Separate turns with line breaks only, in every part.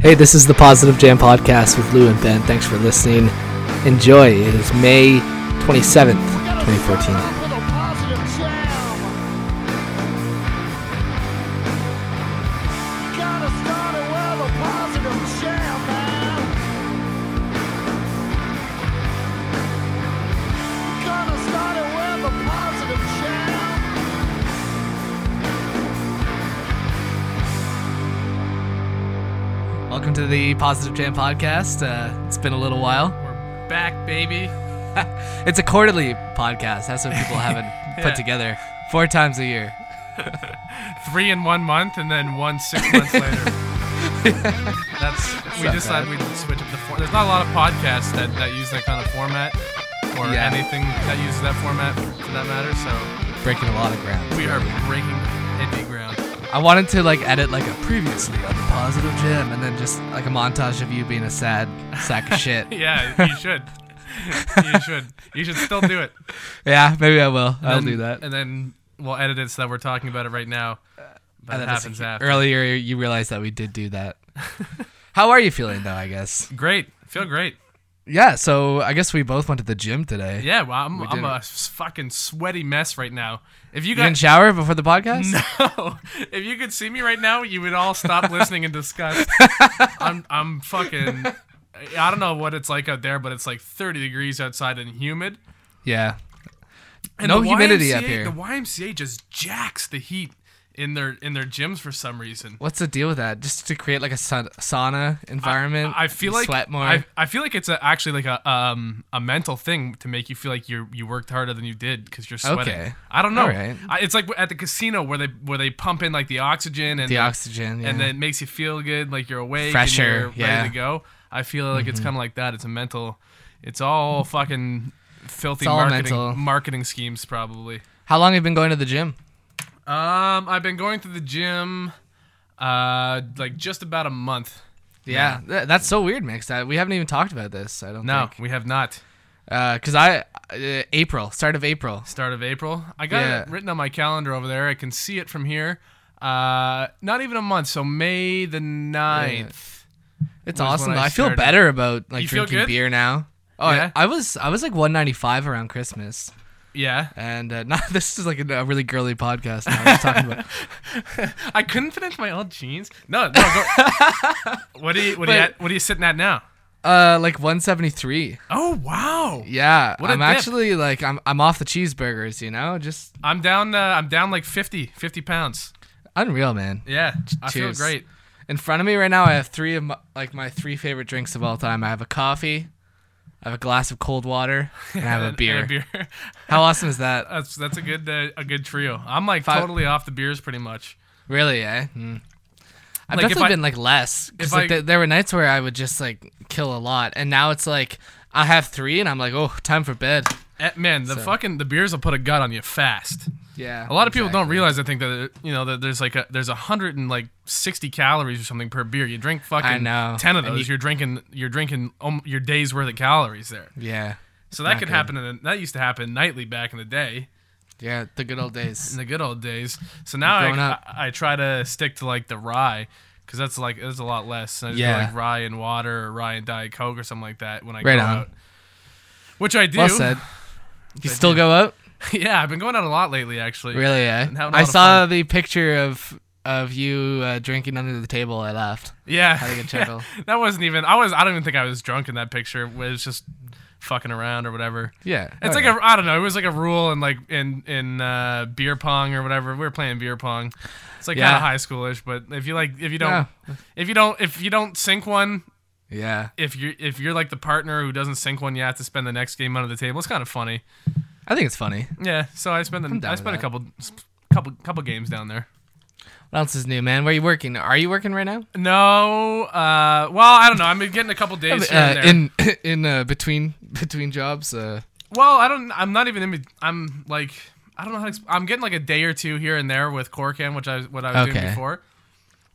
Hey, this is the Positive Jam Podcast with Lou and Ben. Thanks for listening. Enjoy. It is May 27th, 2014. Welcome to the Positive Jam Podcast. Uh, it's been a little while.
We're back, baby.
It's a quarterly podcast. That's what people haven't put
Yeah.
together four times a year.
Three in one month, and then one six months later. That's we
not
decided we'd switch up the format. There's not a lot of podcasts that, that use that kind of format, or
Yeah.
anything that uses that format for that matter. So
Breaking a lot of ground.
we are breaking indie ground.
I wanted to like edit like a previously on the Positive Jam and then just like a montage of you being a sad sack of shit.
Yeah, you should. you should. You should still do it.
Yeah, maybe I will. I'll do that.
And then we'll edit it so that we're talking about it right now. But
And
it
then it's-
happens after.
Earlier, you realized that we did do that. How are you feeling though? I guess.
Great. Feel great.
Yeah. So I guess we both went to the gym today.
Yeah, well, I'm, I'm
didn't.
a s- fucking sweaty mess right now. If you
You didn't
guys,
shower before the podcast?
no, if you could see me right now, you would all stop listening in disgust. I'm, I'm fucking. I don't know what it's like out there, but it's like 30 degrees outside and humid.
Yeah.
And
No
the
humidity up
YMCA
here.
The YMCA just jacks the heat in their in their gyms for some reason.
What's the deal with that? Just to create like a sa- sauna environment.
I feel
you
like
sweat more.
I, I feel like it's a, actually like a um a mental thing to make you feel like you you worked harder than you did because you're sweating.
Okay.
I don't know.
All right.
I, it's like at the casino where they where they pump in like the oxygen and
the oxygen. Yeah.
and then it makes you feel good, like you're awake,
Fresher,
and you're
yeah. Mm-hmm.
ready to go. I feel like it's kind of like that. It's a mental. It's all fucking filthy
all
marketing
mental.
marketing schemes probably.
How long have you been going to the gym?
Um, I've been going to the gym, uh, like just about a month.
Yeah, Th- that's so weird, Mix. That we haven't even talked about this. I don't
No,
think.
we have not.
because I uh, April, start of April.
start of April. I got
Yeah.
it written on my calendar over there. I can see it from here. Uh, not even a month, so May the 9th.
It's
was when
awesome.
I
though. I feel
started.
better about like
You feel
drinking
good?
beer now. Oh,
Yeah?
I, I was I was like 195 around Christmas,
Yeah.
and uh, now this is like a, a really girly podcast. Now we're talking about.
I couldn't fit into my old jeans. No, no. Go. what are you what, are you
But-
at, what are you sitting at now?
Uh, like 173.
Oh, wow.
Yeah,
a
I'm
dip.
actually like I'm I'm off the cheeseburgers. You know, just
I'm down uh, I'm down like 50, 50 pounds.
unreal, man.
Yeah. I feel
Cheers.
great.
In front of me right now, I have three of my, like my three favorite drinks of all time. I have a coffee, I have a glass of cold water, and I have
And-
a
and
beer.
beer.
How awesome is that?
that's that's a good uh, a good trio. I'm like
Five-
totally off the beers pretty much.
Really? Eh? Mm. I've
Like, if
definitely
I-
been like less because
if
like
I-
th- there were nights where I would just like kill a lot, and now it's like I have three, and I'm like, oh, time for bed.
Eh, Man, the fucking the beers will put a gut on you fast.
Yeah.
A lot of people don't realize. I think that you know that there's like a, there's a hundred and like sixty calories or something per beer. You drink fucking
I know.
ten of
And
those.
you-
You, are drinking you're drinking um, your day's worth of calories there.
Yeah.
So that
Not
could
good.
happen. In the, that used to happen nightly back in the day,
Yeah, the good old
in
days.
the good old days. So now
Growing
I,
up.
I I try to stick to like the rye because that's like that's a lot less. And I just
Yeah.
do like rye and water or rye and diet coke or something like that when I
Right
go
on.
out. Which I do.
Well said. You
I
still
do.
go out?
yeah, I've been going out a lot lately actually.
Really? Eh?
having a lot
I
of
saw the picture of of you uh, drinking under the table. I laughed.
Yeah.
Having a chuckle.
that wasn't even I was I don't even think I was drunk in that picture. It was just fucking around or whatever.
Yeah.
It's like a I don't know, it was like a rule in like in in uh, beer pong or whatever. We were playing beer pong. It's like
Yeah.
kind of high schoolish, but if you like if you don't if you don't if you don't sink one,
Yeah.
if you are if you're like the partner who doesn't sink one, you have to spend the next game under the table. It's kind of funny.
I think it's funny.
Yeah, so I spent the,
down
I
with
spent a
that.
couple couple couple games down there.
What else is new, man? Where are you working? Are you working right now?
No, uh, well, I don't know. I've been getting a couple days here and
Uh,
there.
in in uh, between between jobs. Uh,
Well, I don't. I'm not even in. be- I'm like. I don't know how to. Exp- I'm getting like a day or two here and there with Corcan, which I was what I was
Okay.
doing before.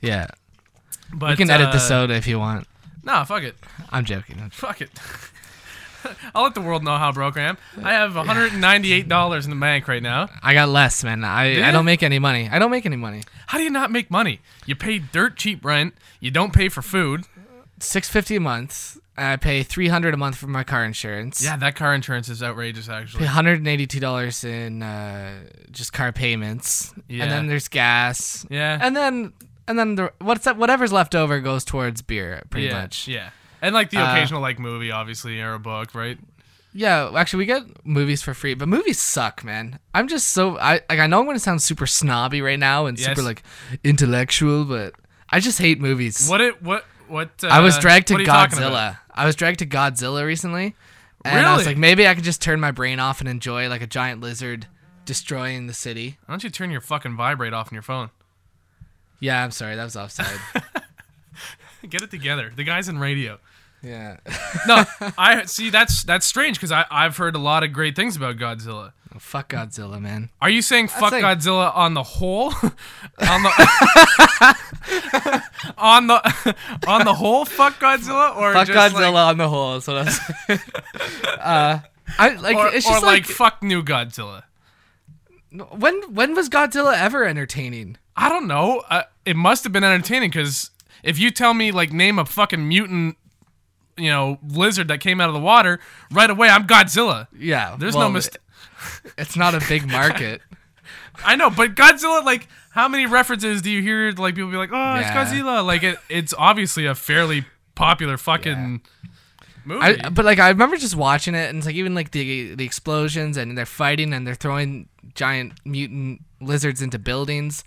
yeah.
But
You can edit this
uh,
out if you want.
No, fuck it,
I'm joking.
fuck it. I'll let the world know how broke I am. I have 198 dollars in the bank right now.
I got less, man. I, I
Yeah.
don't make any money. I don't make any money.
How do you not make money? You pay dirt cheap rent. You don't pay for food.
six fifty a month. And I pay three hundred a month for my car insurance.
Yeah, that car insurance is outrageous,
Pay
actually.
one hundred and eighty-two dollars in uh, just car payments,
Yeah.
and then there's gas,
Yeah.
and then and then the, what's that? Whatever's left over goes towards beer, pretty
yeah,
much.
Yeah. And like the
Uh,
occasional like movie, obviously, or a book, right?
Yeah, actually, we get movies for free, but movies suck, man. I'm just so I like I know I'm gonna sound super snobby right now and
Yes.
super like intellectual, but I just hate movies.
What it what what? Uh,
I was dragged to
what are you talking about?
Godzilla. I was dragged to Godzilla recently, and I was
Really?
like, maybe I could just turn my brain off and enjoy like a giant lizard destroying the city.
Why don't you turn your fucking vibrate off on your phone?
Yeah, I'm sorry, that was offside.
Get it together. The guy's in radio.
yeah,
No, I see. That's that's strange because I I've heard a lot of great things about Godzilla.
Oh, fuck Godzilla, man.
Are you saying fuck
saying-
Godzilla on the whole? on the on the on the whole, fuck Godzilla or
Fuck
just
Godzilla
Like,
on the whole. So that's. uh, I like
or,
it's
or
just
like, fuck new Godzilla.
like when when was Godzilla ever entertaining?
I don't know. Uh, it must have been entertaining because if you tell me like name a fucking mutant, you know, lizard that came out of the water right away, I'm Godzilla.
Yeah,
There's
well,
no mistake.
It's not a big market.
I know, but Godzilla, like, how many references do you hear? Like, people be like, "Oh, it's
Yeah.
Godzilla!" Like, it, it's obviously a fairly popular fucking movie.
I, but like I remember just watching it, and it's like even like the the explosions and they're fighting and they're throwing giant mutant lizards into buildings,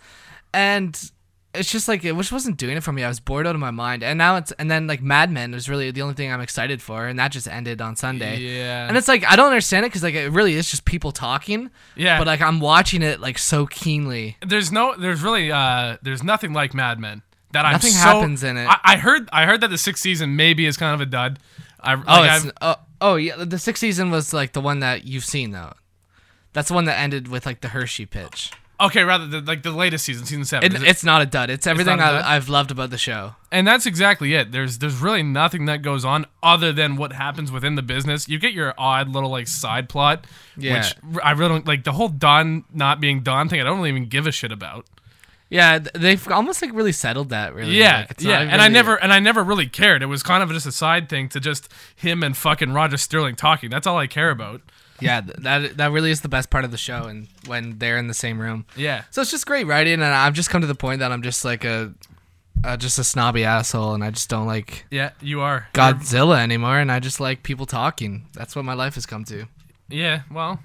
and it's just like it just wasn't doing it for me. I was bored out of my mind, and now it's and then like Mad Men was really the only thing I'm excited for, and that just ended on Sunday.
Yeah.
and it's like I don't understand it because like it really is just people talking.
Yeah.
but like I'm watching it like so keenly.
there's no, there's really, uh, there's nothing like Mad Men that I'm
Nothing
so-
happens in it.
I, I heard, I heard that the sixth season maybe is kind of a dud. I, like,
Oh,
I've-
it's, oh, oh yeah. The sixth season was like the one that you've seen though. That's the one that ended with like the Hershey pitch.
okay. Rather, the, like the latest season, season seven,
It,
Is it-
it's not a dud. It's everything
not a dud?
I, I've loved about the show.
and that's exactly it. There's, there's really nothing that goes on other than what happens within the business. You get your odd little like side plot,
Yeah.
which I really don't like. The whole Don not being Don thing, I don't really even give a shit about.
Yeah, th- they've almost like really settled that. Really,
Yeah,
Like, it's not
yeah,
really-
and I never and I never really cared. It was kind of just a side thing to just him and fucking Roger Sterling talking. That's all I care about.
Yeah, th- that that really is the best part of the show, and when they're in the same room,
Yeah,
so it's just great writing. And I've just come to the point that I'm just like a, uh, just a snobby asshole, and I just don't like
yeah, you are
Godzilla anymore, and I just like people talking. That's what my life has come to.
Yeah, well,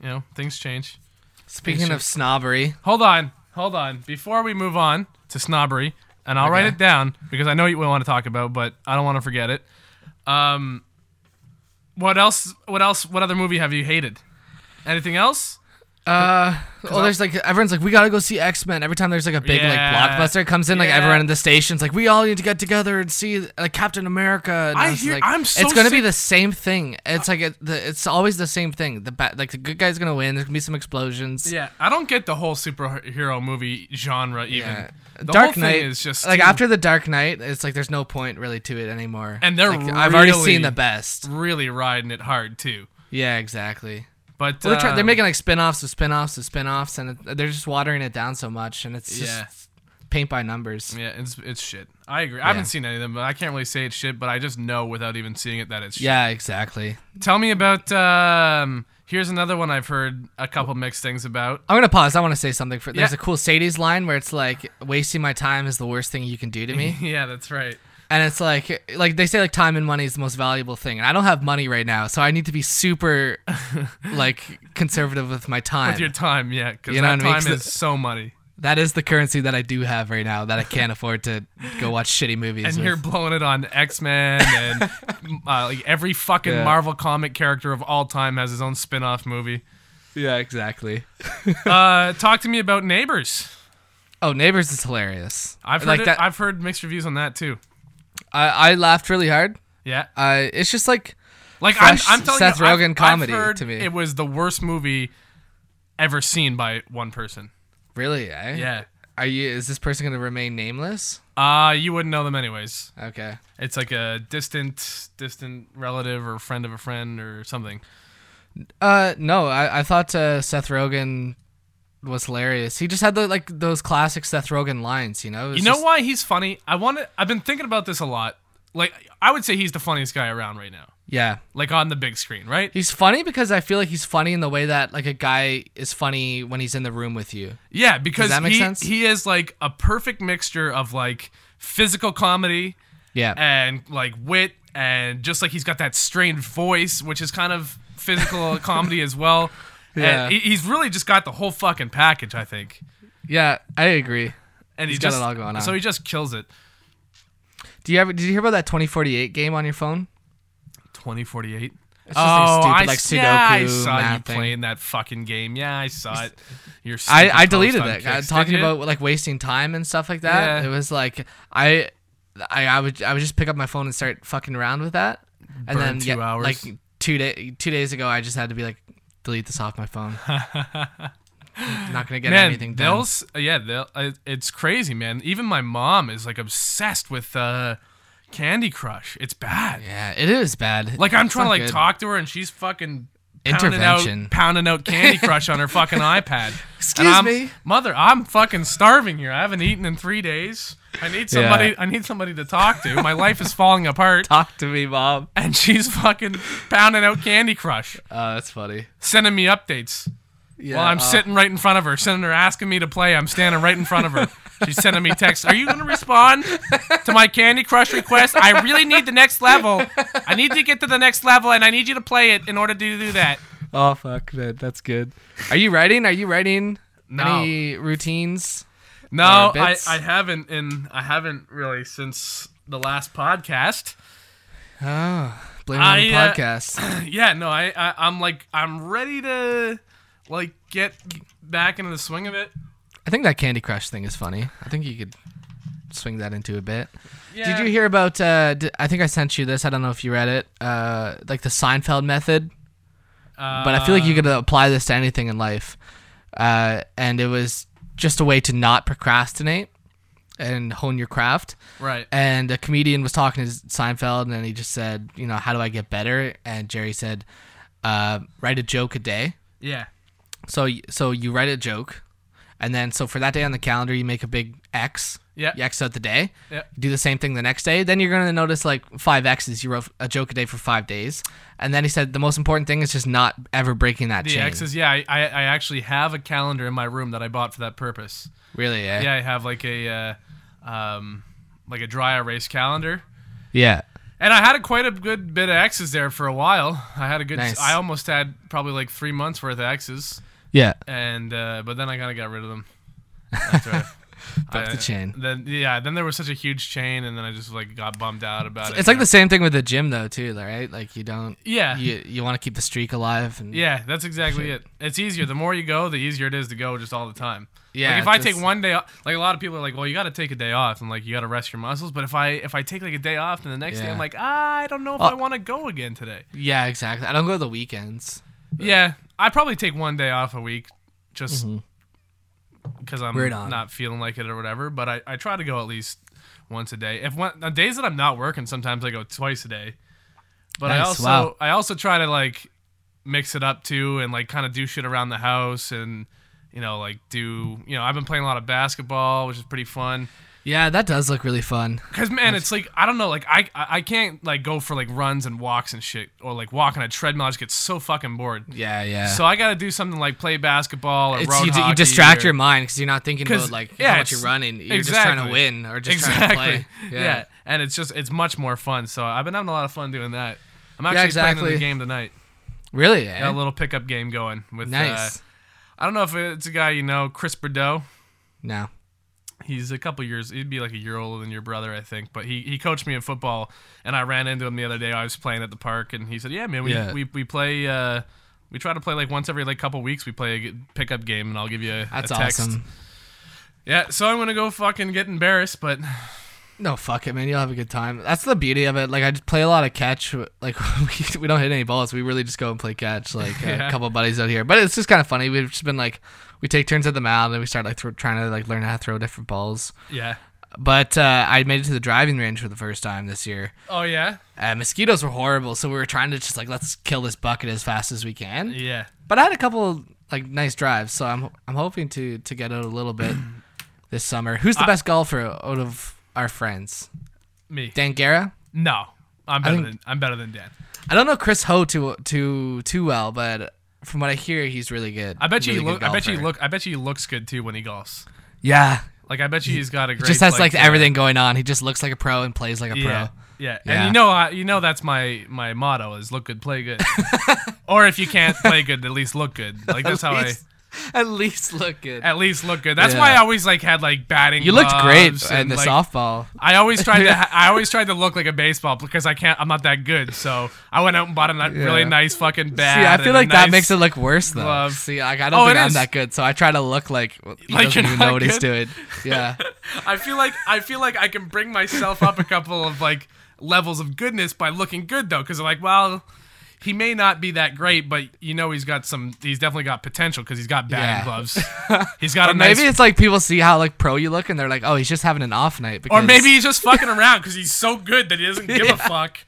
you know, things change.
Speaking of snobbery,
Hold on, hold on. Before we move on to snobbery, and I'll write
Okay.
it down because I know you want to talk about, but I don't want to forget it. Um, what else? What else? What other movie have you hated? Anything else?
Uh, well, there's like everyone's like, we gotta go see X Men. Every time there's like a big
Yeah.
like blockbuster comes in, like
Yeah.
everyone in the station's like, we all need to get together and see like Captain America. And
I
was
hear-
like,
I'm so
It's gonna be
sick-
the same thing. It's like it, the, it's always the same thing. The ba- like the good guy's gonna win. There's gonna be some explosions.
Yeah, I don't get the whole superhero movie genre. Even the
Dark
whole
Knight
thing is just
like
too-
after the Dark Knight, it's like there's no point really to it anymore.
And they're
like, I've already
really-
seen the best.
really riding it hard too.
Yeah, exactly.
But
Well, they're, try- they're
um,
making like spin-offs of spin-offs of spin-offs and it, they're just watering it down so much and it's
Yeah.
just paint by numbers.
yeah, it's it's shit. I agree. I haven't seen any of them, but I can't really say it's shit. But I just know without even seeing it that it's shit.
Yeah, exactly.
Tell me about. Um, here's another one I've heard a couple mixed things about.
I'm gonna pause. I want to say something. For there's
Yeah.
a cool Sadie's line where it's like, "Wasting my time is the worst thing you can do to me,"
Yeah, that's right.
and it's like, like they say, like time and money is the most valuable thing, and I don't have money right now, so I need to be super, like, conservative with my time.
With your time, yeah, because
You know
that
what I mean?
time
'Cause
is so money,
that is the currency that I do have right now that I can't afford to go watch shitty movies.
and
with.
you're blowing it on X Men and uh, like every fucking
Yeah.
Marvel comic character of all time has his own spin-off movie.
yeah, exactly.
Uh, talk to me about Neighbors.
Oh, Neighbors is hilarious.
I've heard
like
it-
that.
I've heard mixed reviews on that too.
I, I laughed really hard.
Yeah,
Uh, it's just like
like
fresh
I'm, I'm telling
Seth
you, I've-
Rogen
I've
comedy
heard
to me.
It was the worst movie ever seen by one person.
really. Eh?
Yeah,
Are you? Is this person gonna remain nameless?
uh, you wouldn't know them anyways.
Okay.
It's like a distant, distant relative or friend of a friend or something.
Uh, no, I, I thought uh, Seth Rogen was hilarious. He just had the like those classic Seth Rogen lines, you know. It was
You know
just-
why he's funny? I want to. I've been thinking about this a lot like I would say he's the funniest guy around right now.
Yeah.
Like on the big screen, right?
He's funny because I feel like he's funny in the way that like a guy is funny when he's in the room with you.
Yeah, because
that make
he
sense?
he is like a perfect mixture of like physical comedy
Yeah.
and like wit and just like he's got that strained voice, which is kind of physical comedy as well.
Yeah.
And he- he's really just got the whole fucking package, I think.
yeah, I agree.
And he
He's got
just
it all going on.
so he just kills it.
Do you ever did you hear about that 2048 game on your phone?
Twenty forty eight.
It's just like stupid, like,
yeah, I
Sudoku
saw you
math thing.
playing that fucking game. Yeah, I saw it. Your
I,
stupid
I
post
deleted
on
it.
Kicks. Did
talking
you?
about like wasting time and stuff like that. It
Yeah.
was like I, I I would I would just pick up my phone and start fucking around with that. And
Burn
then
two
yeah,
hours.
like two day two days ago, I just had to be like delete this off my phone. Not gonna get
man,
anything
they'll
done.
s- yeah, they'll, uh, it, it's crazy, man. Even my mom is like obsessed with uh, Candy Crush. It's bad.
Yeah, it is bad.
Like I'm
It's
trying
not
to like
good.
talk to her, and she's fucking
Intervention.
Pounding out, pounding out Candy Crush on her fucking iPad. And
Excuse
I'm-
me?
mother. I'm fucking starving here. I haven't eaten in three days. I need somebody.
Yeah.
I need somebody to talk to. My life is falling apart,
Talk to me, mom.
and she's fucking pounding out Candy Crush,
Oh, that's funny.
sending me updates.
Yeah,
Well, I'm
uh,
sitting right in front of her, sending her asking me to play. I'm standing right in front of her. She's sending me texts. Are you going to respond to my Candy Crush request? I really need the next level. I need to get to the next level, and I need you to play it in order to do that.
Oh fuck, man, that's good. Are you writing? Are you writing
No.
any routines?
No,
Or
I,
bits?
I haven't, and I haven't really since the last podcast.
Oh, blame it
I,
on
uh,
the podcast.
Yeah, no, I, I I'm like I'm ready to like get back into the swing of it.
I think that Candy Crush thing is funny. I think you could swing that into a bit.
Yeah.
Did you hear about? Uh, d I I think I sent you this. I don't know if you read it. Uh, like the Seinfeld method,
Uh,
but I feel like you could apply this to anything in life. Uh, and it was just a way to not procrastinate and hone your craft.
right.
And a comedian was talking to Seinfeld, and he just said, "You know, how do I get better?" And Jerry said, uh, "Write a joke a day."
Yeah.
So y- so you write a joke, and then so for that day on the calendar, you make a big X.
Yeah.
You X out the day.
Yeah.
Do the same thing the next day. Then you're gonna notice like five X's. You wrote a joke a day for five days, and then he said the most important thing is just not ever breaking that
The
chain.
X's, yeah. I, I I actually have a calendar in my room that I bought for that purpose.
Really? Yeah.
Yeah, I have like a uh, um, like a dry erase calendar,
Yeah.
and I had a quite a good bit of X's there for a while. I had a good.
Nice.
I almost had probably like three months worth of X's,
Yeah.
and uh, but then I kind of got rid of them. After I,
Up the chain.
Then yeah, then there was such a huge chain, and then I just like got bummed out about it.
It's like the same thing with the gym though too, right? Like you don't.
Yeah.
You you want to keep the streak alive and.
Yeah, that's exactly it. It's easier. The more you go, the easier it is to go just all the time.
Yeah,
Like if I
just-
take one day off, like a lot of people are like, well, you got to take a day off and like you got to rest your muscles. But if I if I take like a day off and the next day
Yeah. Uh,
I'm like, ah, I don't know if I want to go again today.
Yeah, exactly. I don't go to the weekends.
Yeah, I probably take one day off a week just because
Right
I'm
Mm-hmm. on.
not feeling like it or whatever. But I, I try to go at least once a day. If one on days that I'm not working, sometimes I go twice a day. But I
Nice,
also
wow.
I also try to like mix it up too and like kind of do shit around the house and you know like do you know I've been playing a lot of basketball, which is pretty fun.
Yeah, that does look really fun.
Cause man, it's like I don't know, like I I I can't like go for like runs and walks and shit or like walk on a treadmill. I just get so fucking bored.
Yeah, yeah.
So I got to do something like play basketball or
it's
road
you, d- you
hockey
distract
or-
your mind because you're not thinking
'Cause,
about like
yeah,
how much you're
it's-
running. You're just trying
exactly.
to win or just
exactly.
trying to play.
Yeah. and it's just it's much more fun. So I've been having a lot of fun doing that. I'm
Yeah,
actually playing
exactly.
in the game tonight.
really. Eh?
Got a little pickup game going with.
nice.
Uh, I don't know if it's a guy you know, Chris Bordeaux.
no.
He's a couple years. He'd be like a year older than your brother, I think. But he, he coached me in football, and I ran into him the other day. I was playing at the park, and he said, "Yeah, man, we
Yeah.
we, we play." Uh, we try to play like once every like couple weeks. We play a g- pickup game, and I'll give you a,
That's
a text.
awesome.
Yeah, so I'm gonna go fucking get embarrassed, but
No, fuck it, man. You'll have a good time. That's the beauty of it. Like I just play a lot of catch. Like we, we don't hit any balls. We really just go and play catch. Like
Yeah.
a couple of buddies out here, but it's just kind of funny. We've just been like, we take turns at the mound and we start like thro- trying to like learn how to throw different balls.
yeah.
But uh, I made it to the driving range for the first time this year.
Oh yeah,
Uh, mosquitoes were horrible, so we were trying to just like let's kill this bucket as fast as we can.
yeah.
But I had a couple like nice drives, so I'm I'm hoping to to get out a little bit this summer. Who's the best golfer out of our friends?
Me.
Dan Guerra.
No, I'm better
think-
than I'm better than Dan.
I don't know Chris Ho too too too well, but from what I hear, he's really good.
I bet you
Really
he
good
look. I bet you he
golfer.
look. I bet you he looks good too when he golfs.
Yeah,
Like I bet you he's got a great.
just has like,
uh,
everything going on. He just looks like a pro and plays like a
Yeah,
pro.
yeah, and
Yeah.
you know, I, you know that's my my motto is look good, play good, or if you can't play good, at least look good. Like that's how I.
at least look good.
At least look good. That's why I
Yeah.
always like had like batting.
You looked great
gloves
in the
like,
softball.
I always tried to. ha- I always tried to look like a baseball because I can't. I'm not that good. So I went out and bought a ni- really
Yeah.
nice fucking bat.
See, I
and
feel
a
like that
nice-
makes it look worse though.
glove.
See, like, I don't
Oh,
think
it
I'm
is.
that good, so I try to look like he
Like
doesn't
you're
even
not
know what he's
good?
doing. Yeah,
I feel like I feel like I can bring myself up a couple of like levels of goodness by looking good though, because like, well, he may not be that great, but you know he's got some. He's definitely got potential because he's got batting
Yeah.
gloves. He's got a
or maybe
nice.
it's like people see how like pro you look and they're like, oh, he's just having an off night.
Or
Because
maybe he's just fucking around because he's so good that he doesn't give
Yeah.
a fuck,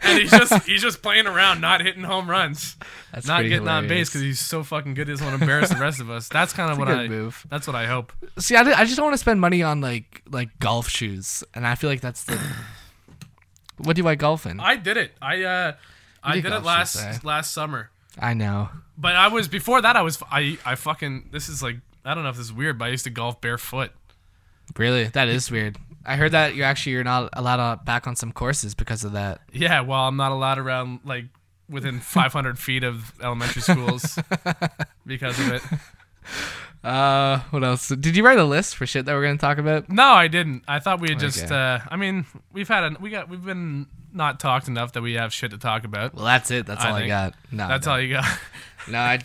and he's just he's just playing around, not hitting home runs,
That's
not
pretty
getting on base
hilarious.
because he's so fucking good. He doesn't want to embarrass the rest of us. That's kind of what
good
I.
move.
That's what I hope.
see, I, di- I just don't want to spend money on like like golf shoes, and I feel like that's the. what do I golf in? I,
I did it. I uh, I
did
did
golf
it
shoes,
last
eh?
last summer.
know.
But I was before that. I was I I fucking this is like I don't know if this is weird, but I used to golf barefoot.
Really, that is weird. I heard that you actually you're not allowed on, back on some courses because of that.
Yeah, well, I'm not allowed around like within 500 feet of elementary schools because of it.
Uh, what else? Did you write a list for shit that we're gonna talk about?
No, I didn't. I thought we had just.
Okay.
Uh, I mean, we've had a we got we've been not talked enough that we have shit to talk about.
Well, that's it. That's
I
all I
think
got. No,
That's
no.
all you got.
No, I,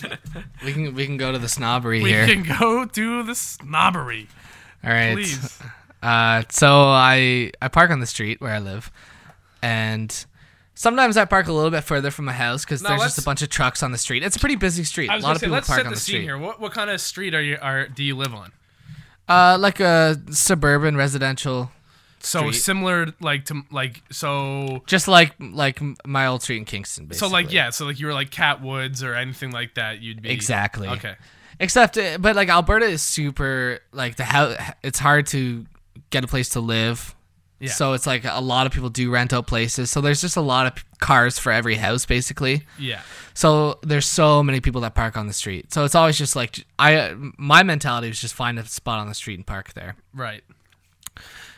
we can we can go to the snobbery
We
here.
can go to the snobbery,
All right.
please.
Uh, so I I park on the street where I live, and sometimes I park a little bit further from my house because
Now
there's
let's-
just a bunch of trucks on the street. It's a pretty busy street.
I
A
was
lot
gonna
of
say,
people
let's
park
set
on
the
the
scene
street.
here. What what kind of street are you are do you live on?
Uh, like a suburban residential,
So
Street.
similar, like to like so
just like like my old street in Kingston. Basically.
So like yeah, so like you were like Cat Woods or anything like that, you'd be
Exactly.
Okay.
Except, uh, but like Alberta is super like the house. It's hard to get a place to live.
Yeah.
So it's like a lot of people do rent out places. So there's just a lot of p- cars for every house, basically.
Yeah.
So there's so many people that park on the street. So it's always just like I my mentality was just find a spot on the street and park there
Right.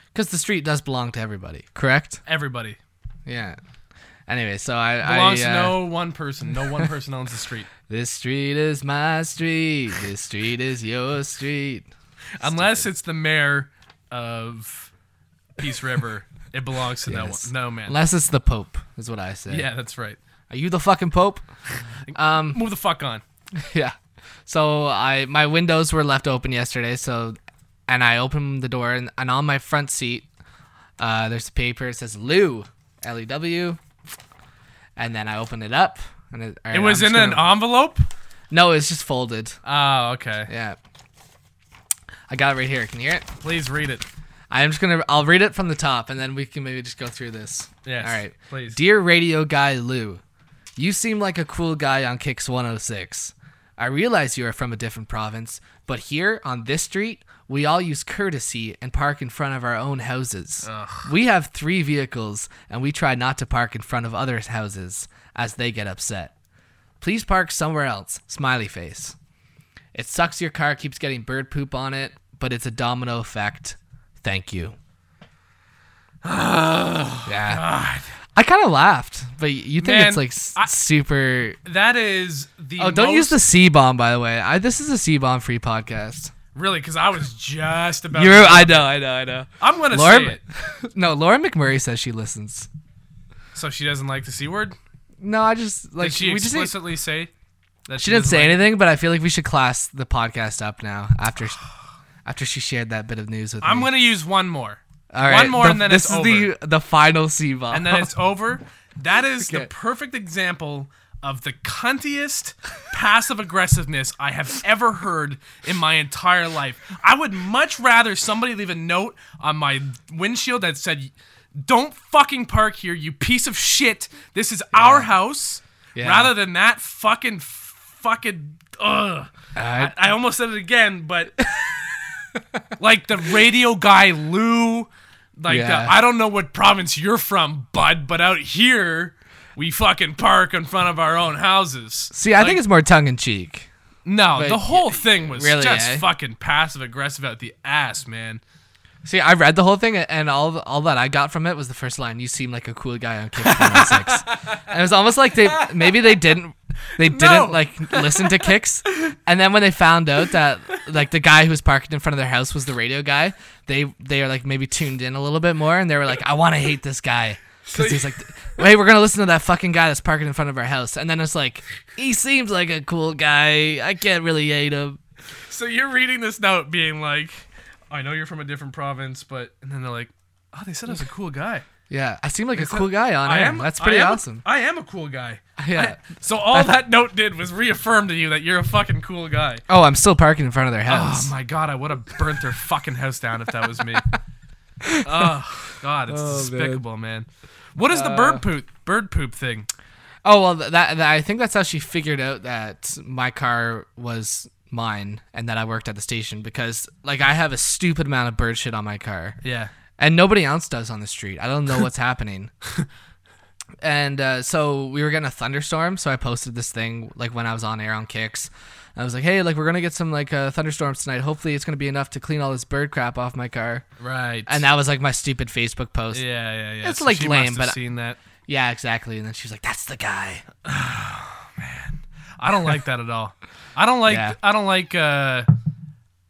because the street does belong to everybody. Correct?
Everybody
Yeah. Anyway, so I
belongs
I,
to
uh,
no one person. No one person owns the street,
This street is my street. This street is your street.
unless it's the mayor of Peace River. It belongs to
Yes.
no one. No man.
Unless it's the Pope, is what I say.
yeah, that's right.
Are you the fucking Pope? Um,
Move the fuck on.
yeah. So I my windows were left open yesterday, so and I opened the door and, and on my front seat, uh, there's a paper it says Lou L E W, and then I opened it up and it,
It was in an envelope.
no, it's just folded.
Oh, okay.
Yeah. I got it right here. Can you hear it?
Please read it.
I'm just gonna. I'll read it from the top, and then we can maybe just go through this.
Yes,
All right.
please.
Dear Radio Guy Lou, you seem like a cool guy on Kicks 106. I realize you are from a different province, but here on this street, we all use courtesy and park in front of our own houses. We have three vehicles, and we try not to park in front of others' houses as they get upset. Please park somewhere else. Smiley face. It sucks your car keeps getting bird poop on it, but it's a domino effect. Thank you. yeah. I kind of laughed, but you think
Man,
it's like s-
I-
super.
That is the.
Oh, don't use
most-
the C bomb, by the way. I, this is a C bomb free podcast.
Really, because I was just about.
You're, I know, I know, I know.
I'm gonna Oh. say
Laura,
it.
no, Laura McMurray says she listens.
So she doesn't like the c word.
No, I just like
Did she
we just.
explicitly say that
She didn't
doesn't
say
like-
anything, but I feel like we should class the podcast up now after, after she shared that bit of news with
I'm
me.
gonna use one more,
All right,
one more
the-
and then
this
it's
is
over.
the the final C bomb.
and then it's over. That is the
Okay.
perfect example of the cuntiest passive aggressiveness I have ever heard in my entire life. I would much rather somebody leave a note on my windshield that said, "Don't fucking park here, you piece of shit. This is our house,"
Yeah.
rather than that fucking fucking. Ugh.
I-
I almost said it again, but like the radio guy Lou, Like,
Yeah.
uh, I don't know what province you're from, bud, but out here, we fucking park in front of our own houses.
See, I think it's more tongue in cheek.
No, the
But
whole thing was
really,
just
eh?
fucking passive aggressive out the ass, man.
See, I read the whole thing, and all th- all that I got from it was the first line. You seem like a cool guy on Kick 106. and it was almost like they maybe they didn't they didn't
No.
like listen to Kicks, and then when they found out that like the guy who was parked in front of their house was the radio guy, they they are like maybe tuned in a little bit more, and they were like, I want to hate this guy. Because he's like, hey, we're gonna listen to that fucking guy that's parking in front of our house, and then it's like, he seems like a cool guy. I can't really hate him.
So you're reading this note being like, I know you're from a different province, but. And then they're like, oh, they said I was a cool guy.
Yeah, I seem like a cool guy on
I
air.
am.
That's
I
pretty
am a-
awesome.
I am a cool guy.
Yeah.
So all that note did was reaffirm to you that you're a fucking cool guy.
Oh, I'm still parking in front of their house.
Oh my god, I would have burnt their fucking house down if that was me. oh god, it's despicable, man. What is the
Uh,
bird poop bird poop thing?
Oh well, th- that, that I think that's how she figured out that my car was mine and that I worked at the station because like I have a stupid amount of bird shit on my car
Yeah.
and nobody else does on the street. I don't know what's happening. And uh, so we were getting a thunderstorm, so I posted this thing like when I was on air on Kicks. I was like, "Hey, like we're gonna get some like uh, thunderstorms tonight. Hopefully, it's gonna be enough to clean all this bird crap off my car."
Right.
And that was like my stupid Facebook post.
yeah,
Yeah,
yeah, yeah.
It's, like,
she
lame,
must have
but-
seen that.
exactly. And then she was like, "That's the guy."
I don't like that at all. I don't like
Yeah.
I don't like uh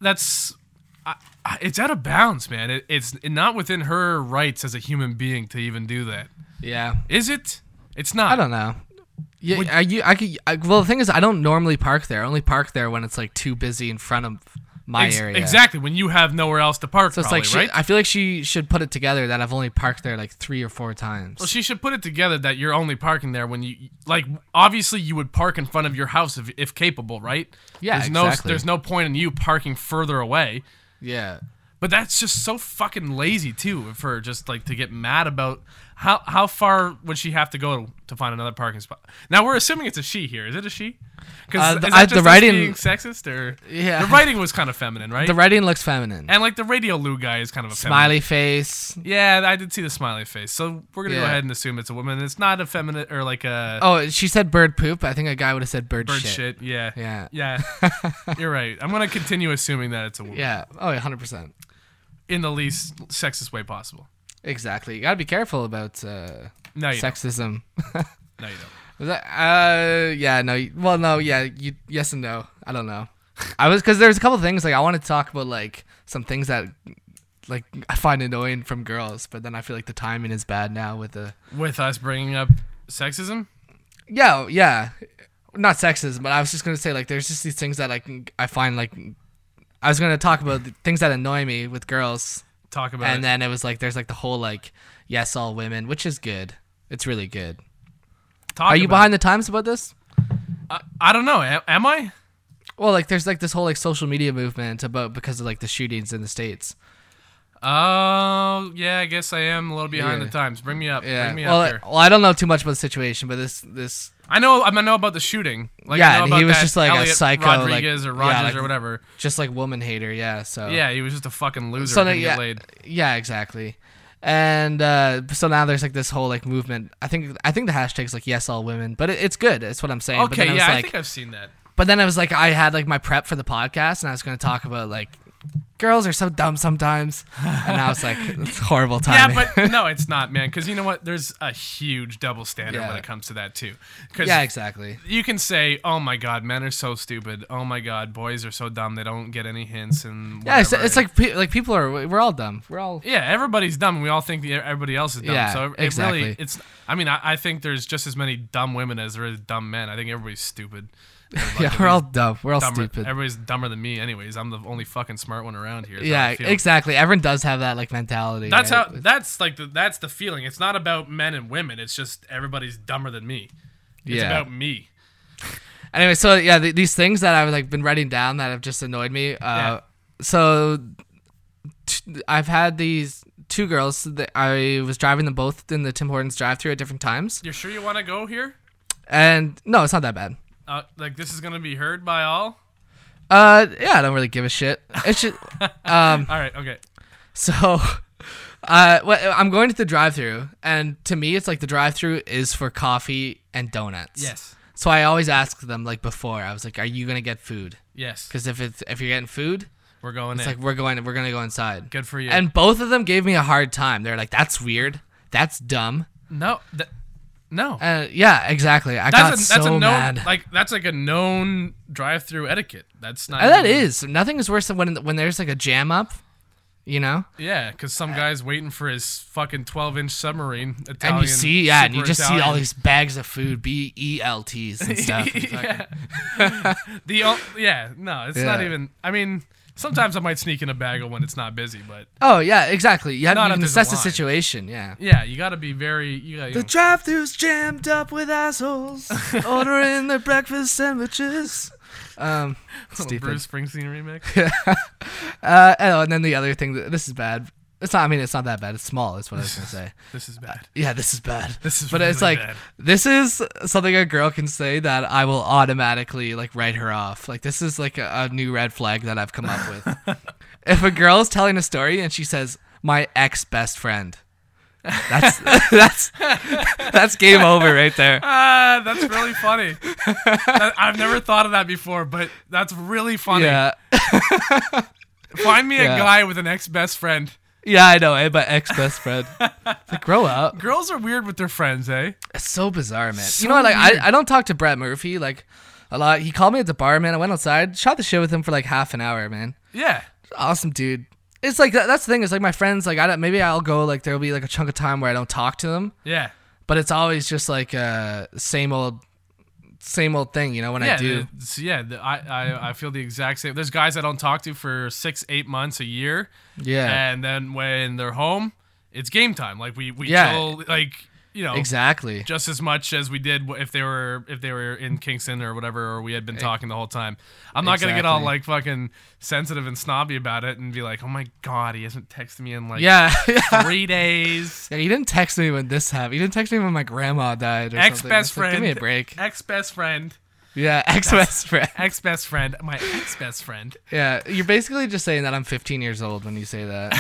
that's I, I- it's out of bounds, man. It, it's not within her rights as a human being to even do that.
Yeah.
Is it? It's not.
I don't know. Yeah, are you? I could. I, well, the thing is, I don't normally park there. I only park there when it's like too busy in front of my
Ex-
area.
Exactly when you have nowhere else to park.
So it's
probably,
like she,
right?
I feel like she should put it together that I've only parked there like three or four times.
Well, she should put it together that you're only parking there when you like. Obviously, you would park in front of your house if, if capable, right?
Yeah,
there's
exactly.
No, there's no point in you parking further away.
yeah.
But that's just so fucking lazy too for just like to get mad about how how far would she have to go to, find another parking spot? Now we're assuming it's a she here. Is it a she?
Uh,
Because
the- I- the writing-
being sexist or
Yeah.
the writing was kind of feminine, right?
The writing looks feminine.
and like the radio Lou guy is kind of a feminine.
Smiley face.
Yeah, I did see the smiley face. So we're gonna go
Yeah.
ahead and assume it's a woman. It's not a feminine or like a
Oh, she said bird poop. I think a guy would have said bird,
bird
shit.
shit. Yeah.
Yeah.
Yeah. You're right. I'm gonna continue assuming that it's a woman
Yeah. Oh, yeah, 100%.
in the least sexist way possible.
Exactly. You got to be careful about uh,
No, you
sexism.
don't. No, you don't.
Was that, uh, yeah, no. y- Well, no, yeah, you, yes and no. I don't know. I was, because there's a couple things, like, I want to talk about, like, some things that, like, I find annoying from girls, but then I feel like the timing is bad now with the,
With us bringing up sexism,
yeah, oh, yeah. Not sexism, but I was just going to say, like, there's just these things that, like, I find, like, I was going to talk about the things that annoy me with girls,
talk about
and uh,
it.
then it was like, there's, like, the whole, like, yes, all women, which is good. It's really good.
Talk
Are you
about
behind the times about this?
it. I, I don't know. Am, am I?
Well, like there's like this whole like social media movement about because of like the shootings in the states.
Oh, yeah. I guess I am a little behind
Yeah.
the times. Bring me up.
Yeah.
Bring me
Well,
up here.
I, well, I don't know too much about the situation, but this this
I know. I know about the shooting. Like,
Yeah,
I know
and he
about
was
that
just like a
Elliot
psycho, like-
Rodriguez or
yeah,
Rogers
like-
or whatever.
just like woman hater, yeah. So
Yeah, he was just a fucking loser.
so
who
now-
didn't get
yeah,
laid.
yeah, exactly. And uh, so now there's like this whole like movement. I think I think the hashtag's like yes all women, but it, it's good. It's what I'm saying. but
Okay,
then
yeah,
I was
I
like,
think I've seen that.
but then I was like, I had like my prep for the podcast, and I was going to talk about like girls are so dumb sometimes, and I was like, it's horrible
Yeah,
timing.
but no, it's not, man. Because you know what? There's a huge double standard
Yeah.
when it comes to that too. Because
yeah, exactly.
you can say, "Oh my God, men are so stupid. Oh my God, boys are so dumb. They don't get any hints." And
Yeah, it's,
whatever."
it's like pe- like people are we're all dumb. We're all
yeah, everybody's dumb. and We all think that everybody else is dumb.
Yeah,
so it
exactly.
really, it's. I mean, I, I think there's just as many dumb women as there is dumb men. I think everybody's stupid. Everybody's
yeah, we're all dumb. We're all
dumber-
stupid.
Everybody's dumber than me, anyways. I'm the only fucking smart one around here. is how I
yeah,
feel.
exactly. Everyone does have that like mentality.
That's
right?
how. That's like the. That's the feeling. It's not about men and women. It's just everybody's dumber than me. It's
Yeah.
about me.
Anyway, so yeah, th- these things that I've like been writing down that have just annoyed me. Uh,
Yeah.
So t- I've had these two girls that I was driving them both in the Tim Hortons drive-through at different times,
You're sure you want to go here?
and no, it's not that bad.
Uh, like this is gonna be heard by all.
Uh, yeah, I don't really give a shit. It's just
All right. Okay.
So, Uh, well, I'm going to the drive-through, and to me, it's like the drive-through is for coffee and donuts.
Yes.
So I always ask them like before. I was like, "Are you gonna get food?"
Yes.
Because if it's if you're getting food,
We're going
it's
in.
like we're going we're gonna go inside.
Good for you.
And both of them gave me a hard time. They're like, "That's weird. That's dumb."
no, th- no.
Uh, yeah, exactly. I got
That's a,
so
that's a known
mad.
like that's like a known drive-through etiquette. That's not.
And Uh, that
even-
is nothing is worse than when when there's like a jam up, you know,
Yeah, because some guy's waiting for his fucking 12-inch submarine. Italian,
and you see, yeah, and you
super
just see all
Italian.
these bags of food, B E L Ts and stuff. It's like-
yeah. the o- yeah, no, it's not
Yeah.
even. I mean, sometimes I might sneak in a bagel when it's not busy, but
Oh yeah, exactly. You have
Not
to
if there's a
assess the
line.
situation. Yeah.
yeah, you got to be very. You got
The
to
drive-throughs jammed up with assholes ordering their breakfast sandwiches. Um,
know,
stupid.
Oh, Bruce Springsteen remix.
Uh, oh, and then the other thing. That, this is bad. It's not. I mean, it's not that bad. It's small. Is what I was gonna say.
This is bad.
Yeah, this is bad.
This is
but it's
really
like
bad.
this is something a girl can say that I will automatically like write her off. Like this is like a, a new red flag that I've come up with. if a girl is telling a story and she says my ex best friend, that's that's that's game over right there.
Ah, that's really funny. That- I've never thought of that before, but that's really funny.
Yeah,
Find me
Yeah.
a guy with an ex best friend.
yeah, I know. eh? My ex best friend. Like, grow up.
Girls are weird with their friends, eh?
It's so bizarre, man.
So
you know, what, like
weird.
I, I don't talk to Brett Murphy like a lot. He called me at the bar, man. I went outside, shot the shit with him for like half an hour, man.
Yeah.
awesome dude it's like that, that's the thing is like my friends like i don't maybe i'll go like there'll be like a chunk of time where i don't talk to them
Yeah.
but it's always just like uh same old same old thing you know when
Yeah,
i do
the- it's- yeah. the- I, I I feel the exact same. There's guys I don't talk to for six, eight months, a year,
yeah
and then when they're home, it's game time. Like we we
Yeah.
chill like you know
exactly
just as much as we did if they were if they were in Kingston or whatever, or we had been talking the whole time. I'm not gonna get all
Exactly.
like fucking sensitive and snobby about it and be like, oh my god, he hasn't texted me in like
yeah yeah
three days.
you didn't text me when this happened you didn't text me when my grandma died or
Ex
something.
best
It's like,
friend.
give me a break
Ex best friend.
yeah ex best friend
Ex best friend. My ex best friend.
yeah you're basically just saying that i'm 15 years old when you say that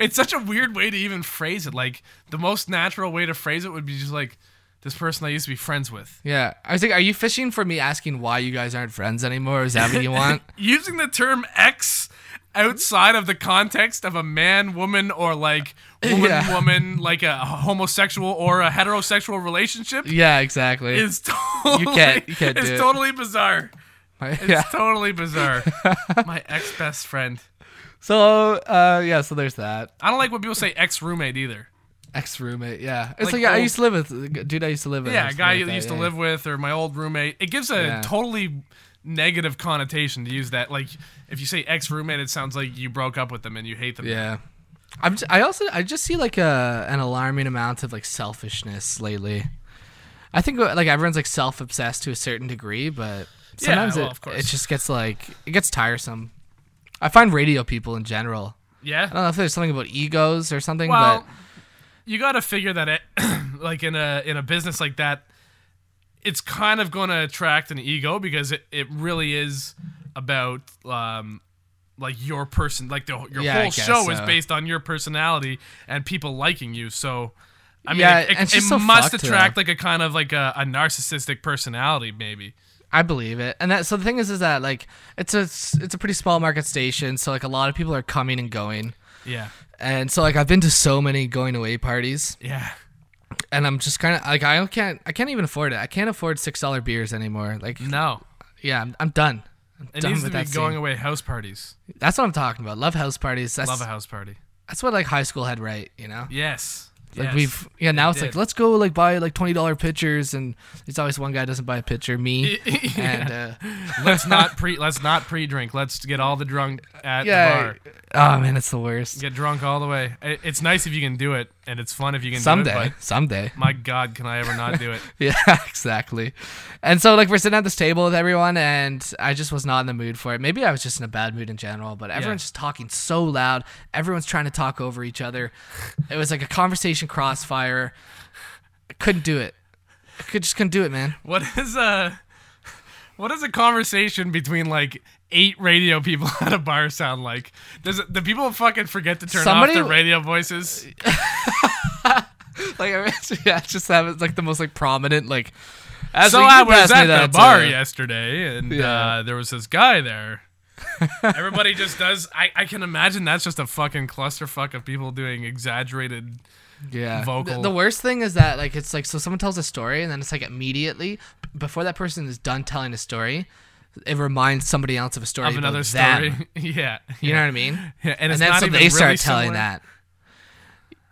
It's such a weird way to even phrase it. Like the most natural way to phrase it would be just like this person I used to be friends with.
yeah i was like are you fishing for me asking why you guys aren't friends anymore is that what you want
Using the term ex outside of the context of a man, woman, or like woman,
Yeah.
woman, like a homosexual or a heterosexual relationship
yeah exactly
is totally
can't- you can't
is
do it.
totally bizarre. It's
yeah.
totally bizarre. My ex best friend.
So uh, yeah, so there's that
I don't like when people say ex roommate either.
ex roommate. Yeah, it's
Like
like, yeah, I
old-
used to live with a dude. I used to live with.
Yeah,
or
a
something
guy
like
you
that,
used to
yeah.
live with or my old roommate. It gives a
Yeah.
totally negative connotation to use that. Like if you say ex roommate, it sounds like you broke up with them and you hate them.
Yeah, I'm. Just, I also I just see like a an alarming amount of like selfishness lately. I think uh, like everyone's like self obsessed to a certain degree, but
Yeah,
sometimes
well,
it
of course.
it just gets like it gets tiresome. I find radio people in general.
Yeah.
I don't know if there's something about egos or something,
Well,
but
you got to figure that it, like in a in a business like that, it's kind of going to attract an ego because it, it really is about um like your person like the your
Yeah, I
whole
guess
show is
so.
based on your personality and people liking you. So I mean,
Yeah,
it, it,
and she's
it
so
must
fucked,
attract
though.
like a kind of like a, a narcissistic personality maybe.
I believe it. And that so the thing is is that like it's a it's a pretty small market station, so like a lot of people are coming and going.
Yeah.
And so like I've been to so many going away parties
Yeah.
and I'm just kind of like I don't- can't I can't even afford it. I can't afford $6 beers anymore. Like
No.
yeah, I'm, I'm done. I'm
It
done
needs to
with
be
that
going
scene.
away house parties.
That's what I'm talking about. Love house parties. That's
Love a house party.
that's what like high school had right, you know?
Yes.
Like
Yes.
we've yeah, now it's
did.
like let's go like buy like $20 pitchers and there's always one guy doesn't buy a pitcher, me. And uh
let's not pre let's not pre drink. Let's get all the drunk
yeah.
at the bar.
Oh man, it's the worst.
Get drunk all the way. I- It's nice if you can do it, and it's fun if you can do it.
Someday,
But
someday.
my God, can I ever not do it?
Yeah, exactly. And so like we're sitting at this table with everyone and I just was not in the mood for it. Maybe I was just in a bad mood in general, but everyone's just talking so loud. Everyone's trying to talk over each other. It was like a conversation crossfire. I couldn't do it. I could just couldn't do it, man.
uh, What is a what is a conversation between like eight radio people at a bar sound like? Does it, the people fucking forget to turn
Somebody-
off their radio voices?
Like, I mean, yeah, it's just have it's like the most like prominent like. As
so
like,
I
you
was
passed me
at
that,
the
it's
bar
a-
yesterday, and
Yeah.
uh, there was this guy there. Everybody just does. I, I can imagine that's just a fucking clusterfuck of people doing exaggerated.
yeah.
vocal.
The, the worst thing is that like it's like so someone tells a story and then it's like immediately b- before that person is done telling a story, it reminds somebody else of a story
Of
about
another
them.
story, yeah,
You know what I mean?
Yeah, and,
and
it's
then
not
so
even
they start
really
telling
similar.
that.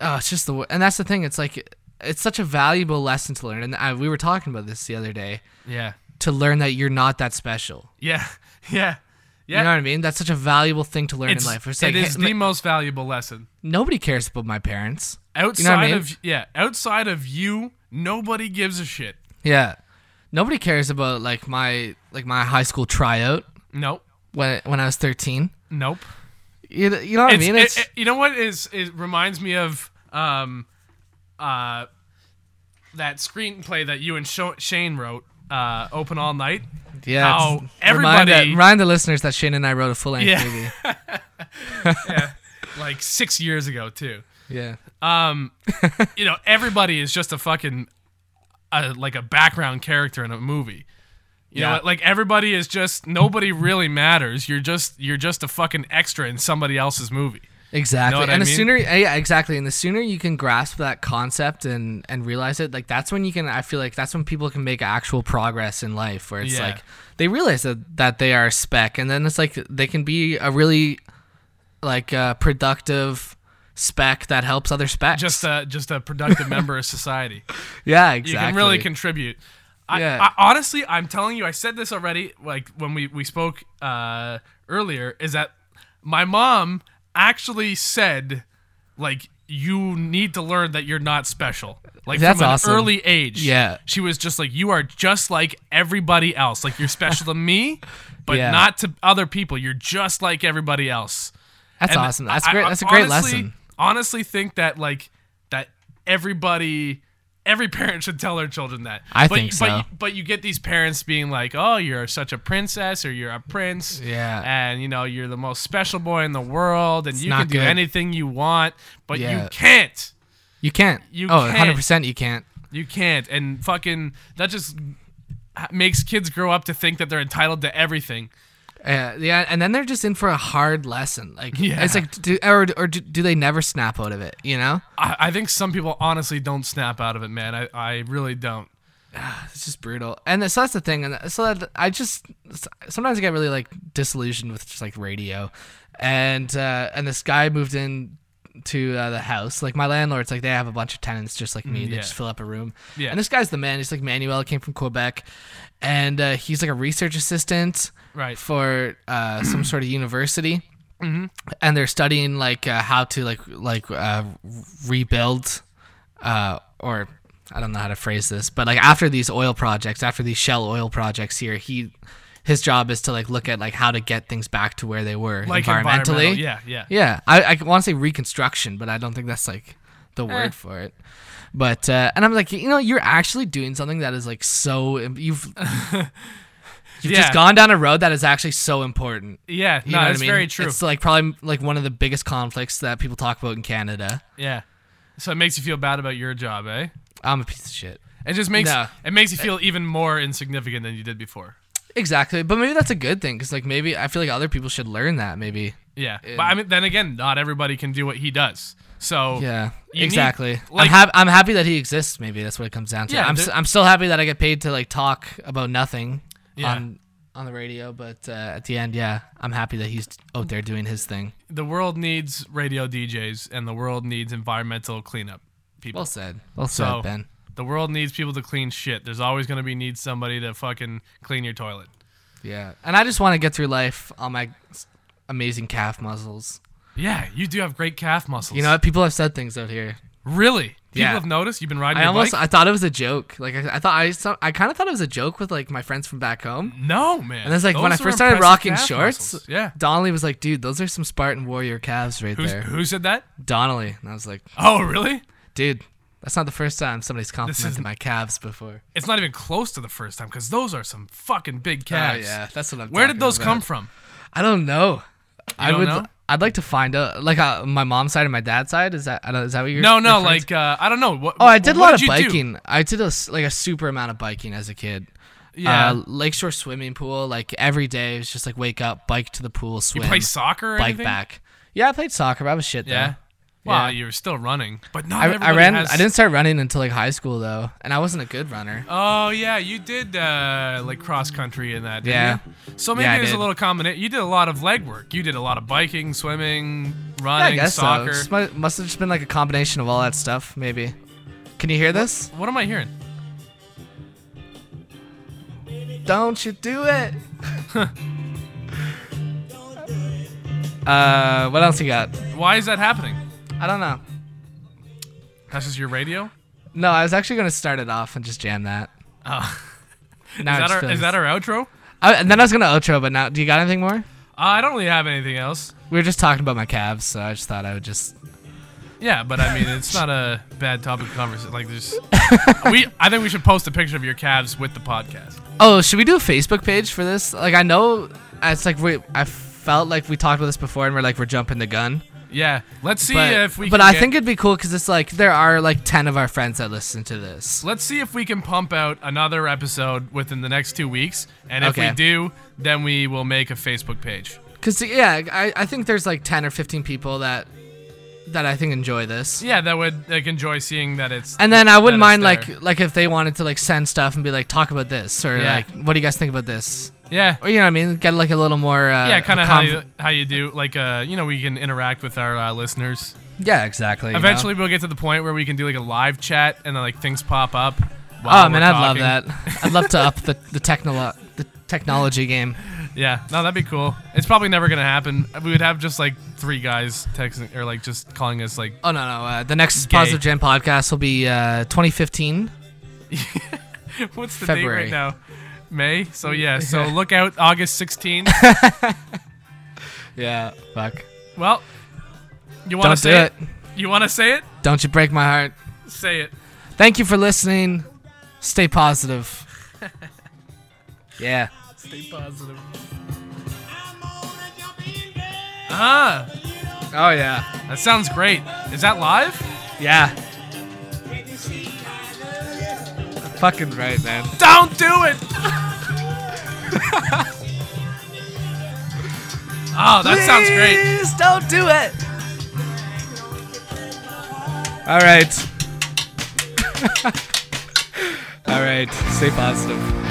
Oh, it's just the wor- and that's the thing. It's like it's such a valuable lesson to learn. And I, we were talking about this the other day
Yeah,
to learn that you're not that special.
yeah, yeah, yeah.
You know what I mean? That's such a valuable thing to learn in life. It's like
it is
hey,
the most valuable lession.
nobody cares about my parents.
Outside
mean?
of yeah, outside of you, nobody gives a shit.
Yeah, nobody cares about like my like my high school tryout
Nope,
when when I was 13.
nope.
You, you know what I mean?
It's-
It's
it- it- you know what is it reminds me of um, uh, that screenplay that you and Sho- Shane wrote, uh, "Open All Night."
yeah.
how
it's- remind, that-
oh, everybody-
remind the listeners that Shane and I wrote a full length
Yeah.
movie.
Like six years ago too.
Yeah.
You know, everybody is just a fucking uh, like a background character in a movie. You
Yeah.
know, like everybody is just nobody really matters. You're just you're just a fucking extra in somebody else's movie.
Exactly.
what I
and the
mean?
sooner eh, yeah, exactly. And the sooner you can grasp that concept and and realize it, like that's when you can I feel like that's when people can make actual progress in life where it's
Yeah.
like they realize that that they are a spec and then it's like they can be a really like uh productive spec that helps other specs.
Just a just a productive member of society.
yeah, exactly.
You can really contribute. I,
Yeah.
I, honestly, I'm telling you, I said this already. Like when we we spoke uh, earlier, is that my mom actually said, like, you need to learn that you're not special. Like
That's
from an
awesome.
early age,
Yeah.
She was just like, you are just like everybody else. Like you're special to me, but
Yeah.
not to other people. You're just like everybody else.
That's
And
awesome. That's
I-
great.
I
That's a great
honestly-
lesson.
Honestly, think that like that everybody, every parent should tell their children that.
I
but,
think
but,
so.
But you get these parents being like, "Oh, you're such a princess, or you're a prince,
Yeah.
and you know you're the most special boy in the world, and you
not
can do
good.
anything you want, but
Yeah.
you can't."
You can't.
You
oh,
can't.
100% you can't.
You can't. And fucking that just h- makes kids grow up to think that they're entitled to everything.
Yeah, Uh, yeah, and then they're just in for a hard lesson. Like,
Yeah.
it's like, do, or, or do, do they never snap out of it? You know,
I, I think some people honestly don't snap out of it, man. I, I really don't.
it's just brutal. And so that's the thing. And so that I just sometimes I get really like disillusioned with just like radio, and uh, and this guy moved in to uh, the house. Like my landlord's like they have a bunch of tenants just like me. They
Mm, yeah.
just fill up a room.
Yeah.
And this guy's the man. He's like Manuel came from Quebec, and uh, he's like a research assistant.
Right. Mm-hmm.
for uh, some sort of university, and they're studying like uh, how to like like uh, rebuild, uh, or I don't know how to phrase this, but like after these oil projects, after these shell oil projects here, he his job is to like look at like how to get things back to where they were
Like
environmentally.
environmental. Yeah, yeah.
Yeah, I, I want to say reconstruction, but I don't think that's like the word for it. But uh, and I'm like, you know, you're actually doing something that is like so im- you've you've
Yeah.
just gone down a road that is actually so important.
Yeah,
You
no,
know what
it's
I mean?
very true.
It's like probably like one of the biggest conflicts that people talk about in Canada.
yeah, so it makes you feel bad about your job, eh?
I'm a piece of shit.
It just makes
No.
it makes you feel even more insignificant than you did before.
Exactly, but maybe that's a good thing because like maybe I feel like other people should learn that. Maybe.
Yeah, but I mean, then again, not everybody can do what he does. So
Yeah,
you need-
exactly.
like-
I'm, hap- I'm happy that he exists. Maybe that's what it comes down to.
Yeah,
I'm,
there-
s- I'm still happy that I get paid to like talk about nothing
Yeah.
on on the radio. But uh, at the end, yeah, I'm happy that he's out there doing his thing.
the world needs radio DJs, and the world needs environmental cleanup people.
Well said. Well said,
So-
Ben.
the world needs people to clean shit. There's always gonna be need somebody to fucking clean your toilet.
Yeah, and I just want to get through life on my s- amazing calf muscles.
Yeah, you do have great calf muscles.
You know, what? people have said things out here.
really, people
Yeah.
have noticed you've been riding.
I
your
almost
bike?
I thought it was a joke. Like I, I thought I saw, I kind of thought it was a joke with like my friends from back home.
no man.
And that's like when I
Those are
first started
impressive
rocking
calf
shorts.
muscles. Yeah,
Donnelly was like, "Dude, those are some Spartan warrior calves right
Who's,
there."
who said that?
Donnelly, and I was like,
Oh, really?
dude That's not the first time somebody's complimented
isn't-
my calves before. Oh,
It's not even close to the first time because those are some fucking big calves.
Oh yeah, that's what I'm.
Where did
talking
those
about.
come from?
I don't know. I
don't
would.
know?
I'd like to find out. Like uh, my mom's side and my dad's side. Is that I don't- is that what you're?
No, no,
referring to?
like uh, I don't know. What,
Oh, I did a
what
lot of
you do?
biking. I did a s like a super amount of biking as a kid.
Yeah,
Uh, lakeshore swimming pool. Like every day, it was just like wake up, bike to the pool,
you
swim,
play soccer or
bike
anything?
back. Yeah, I played soccer. But I was shit
Yeah.
though.
Wow,
Yeah.
you were still running, but not
I, I
everybody
ran.
has-
I didn't start running until like high school though, and I wasn't a good runner.
Oh yeah, you did uh, like cross country and that. Didn't
Yeah.
You? So maybe
Yeah, I
there's a
did.
little combination. You did a lot of leg work. You did a lot of biking, swimming,
Yeah, I
running,
guess so.
soccer.
Just mu- must have just been like a combination of all that stuff, maybe. Can you hear this?
What am I hearing?
Don't you do it? uh, what else you got?
Why is that happening?
I don't know.
That's just your radio.
No, I was actually gonna start it off and just jam that.
Oh.
Now
is,
I
that
just
our,
feel
is that our outro?
I, and then I was gonna outro, but now do you got anything more?
Uh, I don't really have anything else.
We were just talking about my calves, so I just thought I would just.
Yeah, but I mean, it's not a bad topic of conversation. Like, there's we. I think we should post a picture of your calves with the podcast.
Oh, should we do a Facebook page for this? Like, I know it's like we. I felt like we talked about this before, and we're like we're jumping the gun.
Yeah, let's see
But,
if we.
but
can
I
get-
think it'd be cool because it's like there are like ten of our friends that listen to this.
Let's see if we can pump out another episode within the next two weeks. And if
Okay.
we do, then we will make a Facebook page.
Cause yeah, I, I think there's like ten or fifteen people that that I think enjoy this.
Yeah, that would like enjoy seeing that it's.
And then I wouldn't
That is
mind
there.
like like if they wanted to like send stuff and be like talk about this or
Yeah.
like what do you guys think about this
yeah.
or you know what I mean get like a little more uh,
Yeah, kind of
conv-
how you how you do like uh you know we can interact with our uh, listeners.
yeah exactly you know?
Eventually, we'll get to the point where we can do like a live chat and then like things pop up. while
oh man
we're
I'd
talking.
love that I'd love to up the the technolo- the technology game
Yeah, no, that'd be cool. It's probably never gonna happen. We would have just like three guys texting or like just calling us like
oh no no uh, the next
Gay.
positive gen podcast will be uh, 2015
What's the
February.
date right now? May. So yeah. So look out August 16th.
yeah fuck
well, you want to
don't do
say
it
it? You want to say it?
don't you break my heart
Say it.
thank you for listening stay positive yeah.
Stay positive.
I'm gonna jump in bed.
Ah,
Oh yeah.
that sounds great. Is that live?
Yeah.
Can you see I love you?
Fucking right, man.
Don't do it. oh, that sounds great.
Please don't do it. All right. All right. Stay positive.